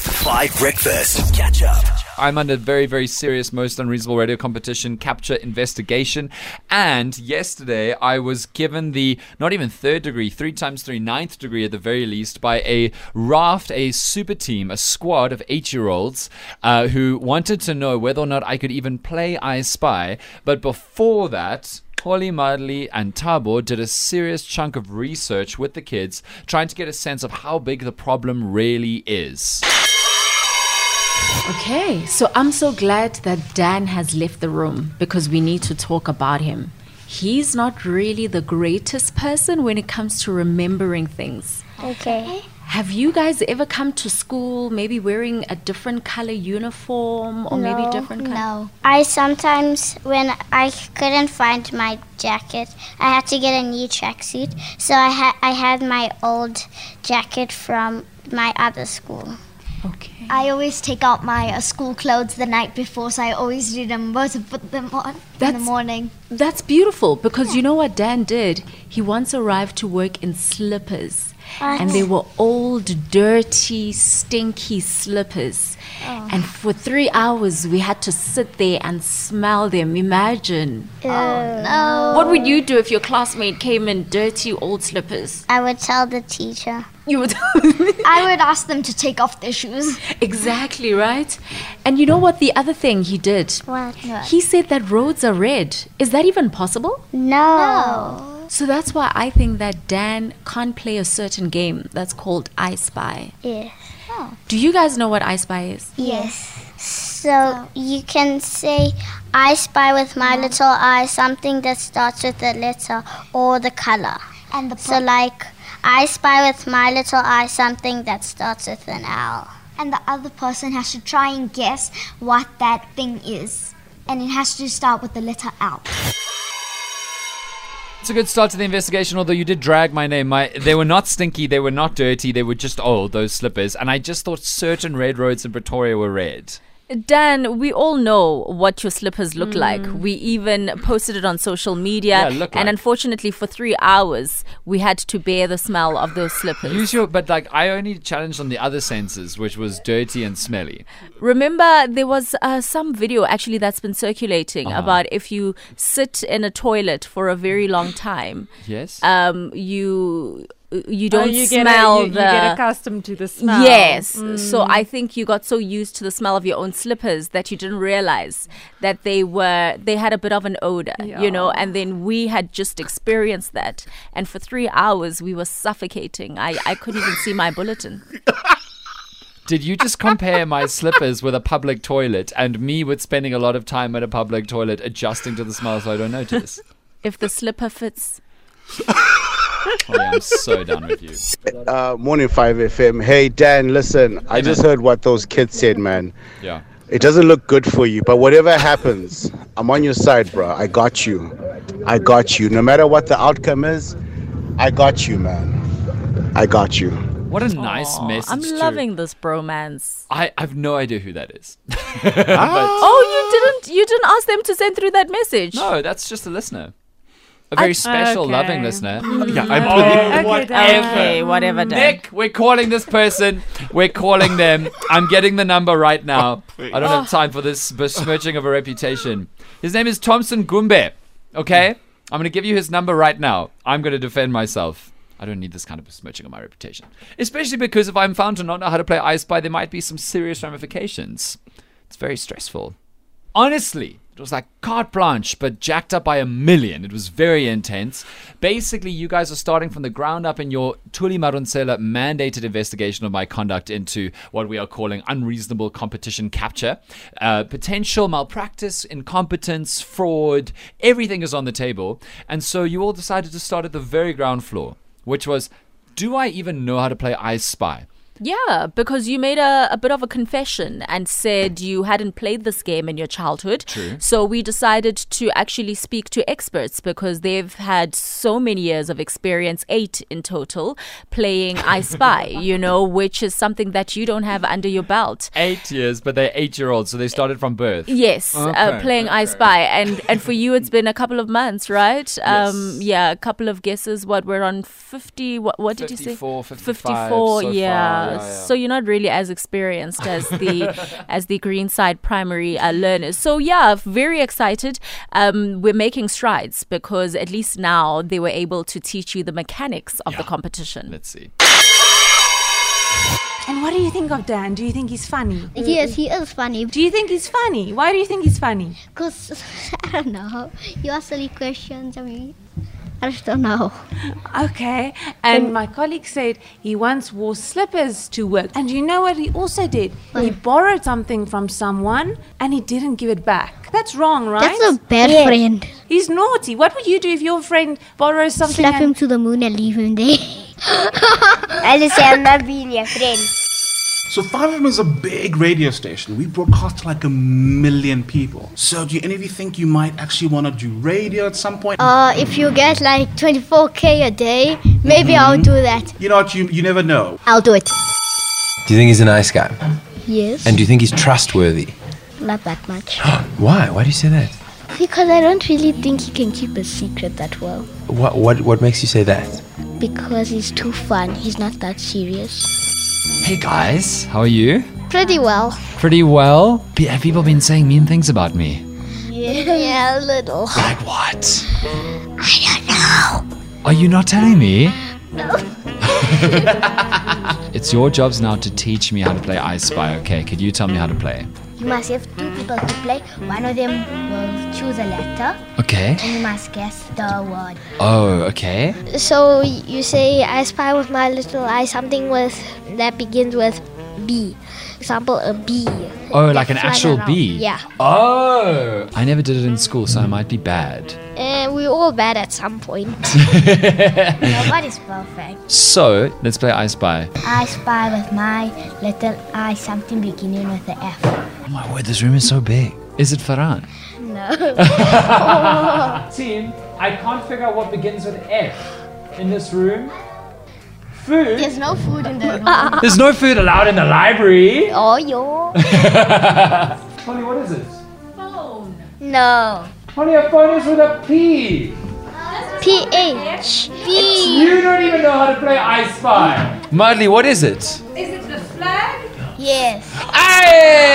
Five Breakfast. Catch up. I'm under very, very serious, most unreasonable radio competition capture investigation. And yesterday, I was given the not even third degree, three times three, ninth degree at the very least, by a raft, a super team, a squad of eight year olds uh, who wanted to know whether or not I could even play I Spy. But before that, Holly Madley and Tabo did a serious chunk of research with the kids, trying to get a sense of how big the problem really is. Okay, so I'm so glad that Dan has left the room because we need to talk about him. He's not really the greatest person when it comes to remembering things. Okay. Have you guys ever come to school maybe wearing a different color uniform or maybe different color? No. I sometimes, when I couldn't find my jacket, I had to get a new tracksuit. So I had I had my old jacket from my other school. Okay. I always take out my uh, school clothes the night before, so I always remember to put them on in the That's- morning. That's beautiful because you know what Dan did? He once arrived to work in slippers. And they were old, dirty, stinky slippers. And for three hours, we had to sit there and smell them. Imagine. What would you do if your classmate came in dirty, old slippers? I would tell the teacher. You would. I would ask them to take off their shoes. exactly, right? And you know what the other thing he did? What? No. He said that roads are red. Is that even possible? So that's why I think that Dan can't play a certain game that's called I Spy. Yes. Do you guys know what I Spy is? Yes. So you can say, I spy with my Uh-huh. little eye something that starts with the letter or the color. And the So, pro- like, I spy with my little eye something that starts with an L. and the other person has to try and guess what that thing is, and it has to start with the letter L. It's a good start to the investigation, although you did drag my name. My, they were not stinky, they were not dirty, they were just old, those slippers. And I just thought certain red roads in Pretoria were red. Dan, we all know what your slippers Hmm. look like. We even posted it on social media. Yeah, look and like. unfortunately, for three hours, we had to bear the smell of those slippers. Use your, but like, I only challenged on the other senses, which was dirty and smelly. Remember, there was uh, some video actually that's been circulating Uh-huh. about if you sit in a toilet for a very long time, Yes? um, you you don't Oh, you get a- smell you- you the. get accustomed to the smell. Yes. So I think you got so used to the smell of your own slippers that you didn't realize that they were they had a bit of an odor, you know, and then we had just experienced that. And for 3 hours we were suffocating. I I couldn't even see my bulletin. Did you just compare my slippers with a public toilet and me with spending a lot of time at a public toilet adjusting to the smell so I don't notice? If the slipper fits Holly, I'm so done with you. Uh, Morning 5 FM. Hey, Dan, listen, I just heard what those kids said, man. Yeah. It doesn't look good for you, but whatever happens, I'm on your side, bro. I got you. I got you. No matter what the outcome is, I got you, man. I got you. What a nice message. I'm to- loving this bromance. I, I have no idea who that is. Oh, you didn't you didn't ask them to send through that message. No, that's just a listener. A very special, Okay. loving listener. Yeah, I Okay, Dan. Okay, whatever, Dan. Nick, we're calling this person. We're calling them. I'm getting the number right now. I don't have time for this besmirching of a reputation. His name is Thompson Gumbe. Okay? I'm going to give you his number right now. I'm going to defend myself. I don't need this kind of besmirching of my reputation. Especially because if I'm found to not know how to play I Spy, there might be some serious ramifications. It's very stressful. Honestly, it was like carte blanche, but jacked up by a million. It was very intense. Basically, you guys are starting from the ground up in your Tuli Marunsela mandated investigation of my conduct into what we are calling unreasonable competition capture. Uh, potential malpractice, incompetence, fraud, everything is on the table. And so you all decided to start at the very ground floor, which was do I even know how to play I Spy? Yeah, because you made a, a bit of a confession and said you hadn't played this game in your childhood. True. So we decided to actually speak to experts because they've had so many years of experience, eight in total, playing I Spy, you know, which is something that you don't have under your belt. Eight years, but they're eight year olds, so they started from birth. Yes, Okay, uh, playing I Spy, and and for you it's been a couple of months, right? Um, yeah, a couple of guesses. What we're on fifty? What what did you say? 54, 55 Fifty-four. so yeah, yeah. So you're not really as experienced as the as the Greenside primary uh, learners. So yeah, very excited. Um, we're making strides because at least now they were able to teach you the mechanics of the competition. Let's see. And what do you think of Dan? Do you think he's funny? Yes, he is funny. Do you think he's funny? Why do you think he's funny? Because, I don't know, you ask silly questions. I mean, I just don't know. Okay. And my colleague said he once wore slippers to work. And you know what he also did? He borrowed something from someone and he didn't give it back. That's wrong, right? That's a bad friend. He's naughty. What would you do if your friend borrows something? Slap and- him to the moon and leave him there. I just say I'm not being your friend. So 5M is a big radio station. We broadcast to like a million people. So do any of you think you might actually want to do radio at some point? Uh, if you get like 24k a day, maybe I'll do that. you know what? You, you never know. I'll do it. Do you think he's a nice guy? Yes. And do you think he's trustworthy? Not that much. Why? Why do you say that? Because I don't really think he can keep a secret that well. What what what makes you say that? Because he's too fun. He's not that serious. Hey guys, how are you? Pretty well. Pretty well. Pe- Have people been saying mean things about me? Yeah, a little. Like what? I don't know. Are you not telling me? it's your jobs now to teach me how to play I Spy. Okay, could you tell me how to play? You must have two people to play. One of them will choose a letter. Okay. You must guess the word. Oh, okay. So you say I spy with my little eye something with that begins with B. Example a bee. Oh, like an Fly actual around. bee. Yeah. Oh, I never did it in school, so I might be bad. And we're all bad at some point. Nobody's perfect. So let's play I Spy. I spy with my little eye something beginning with the F. Oh my word, this room is so big. Is it Farhan? No. Team, I can't figure out what begins with F in this room. Food. There's no food in the room. There's no food allowed in the library. Oh, yo. Polly, what is it? No. Polly, a phone is with a P. P H B. You don't even know how to play I Spy. Mudley, what is it? Yes.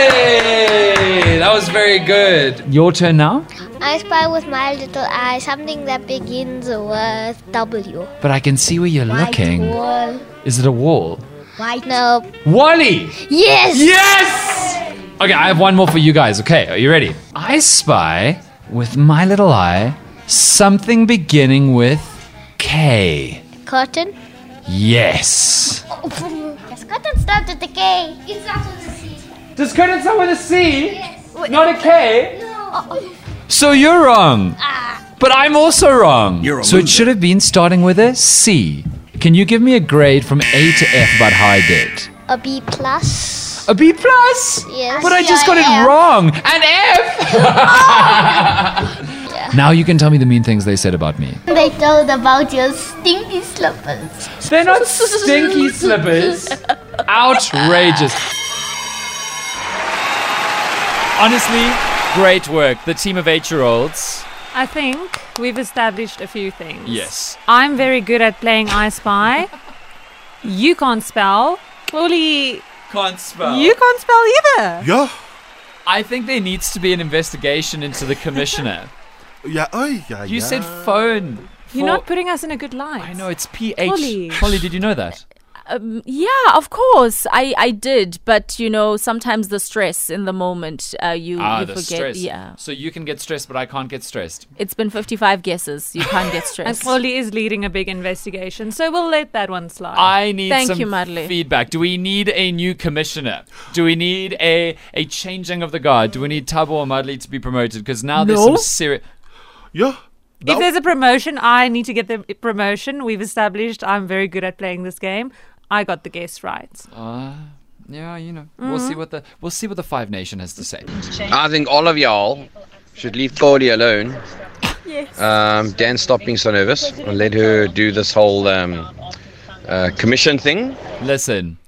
Hey! That was very good. Your turn now? I spy with my little eye something that begins with W. But I can see where you're looking. Wall. Is it a wall? White. No. Wally! Yes. Yes! Okay, I have one more for you guys. Okay, are you ready? I spy with my little eye something beginning with K. Cotton. Yes. Yes, cotton starts with the K. It starts with the C. Does couldn't start with a C? Not a K? Oh, So you're wrong. ah. But I'm also wrong. You're a so it loser. should have been starting with a C. Can you give me a grade from A to F about how I did? A B plus. A B plus? Yes. But I just got it Yeah. wrong. An F. Now you can tell me the mean things they said about me. They told about your stinky slippers. They're not stinky slippers. Outrageous. Honestly, great work. The team of eight year olds. I think we've established a few things. Yes. I'm very good at playing I Spy. you can't spell. Chloe, Can't spell. you can't spell either. Yeah. I think there needs to be an investigation into the commissioner. Yeah. Oh, yeah. You said phone. You're for- not putting us in a good light. I know, it's PH. Polly. Polly, did you know that? Um, yeah, of course, I I did, but you know sometimes the stress in the moment uh, you Ah, you forget. Yeah, So you can get stressed, but I can't get stressed. it's been 55 guesses. You can't get And stressed. Polly is leading a big investigation, so we'll let that one slide. I need Thank some you, Madeleine. feedback. Do we need a new commissioner? Do we need a a changing of the guard? Do we need Tabo or Madley to be promoted? Because now there's some No. serious. Yeah. if there's a promotion, I need to get the promotion. We've established I'm very good at playing this game. I got the guess right. Yeah, you know, we'll Mm. see what the we'll see what the Five Nation has to say. I think all of y'all should leave Claudia alone. Um, Dan, stop being so nervous and let her do this whole um, uh, commission thing. Listen,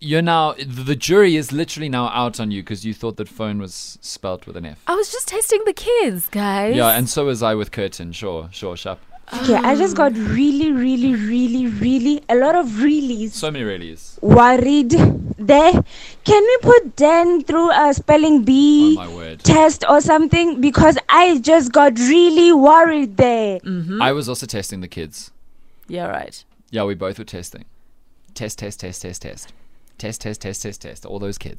you're now the jury is literally now out on you because you thought that phone was spelt with an F. I was just testing the kids, guys. Yeah, and so was I with curtain. Sure, sure, sharp. Okay, I just got really, really, really, really a lot of reallys. So many rallies. Worried there. Can we put Dan through a spelling bee test or something? Because I just got really worried there. Mm-hmm. I was also testing the kids. Yeah, right. Yeah, we both were testing. Test, test, test, test, test. Test, test, test, test, test. All those kids.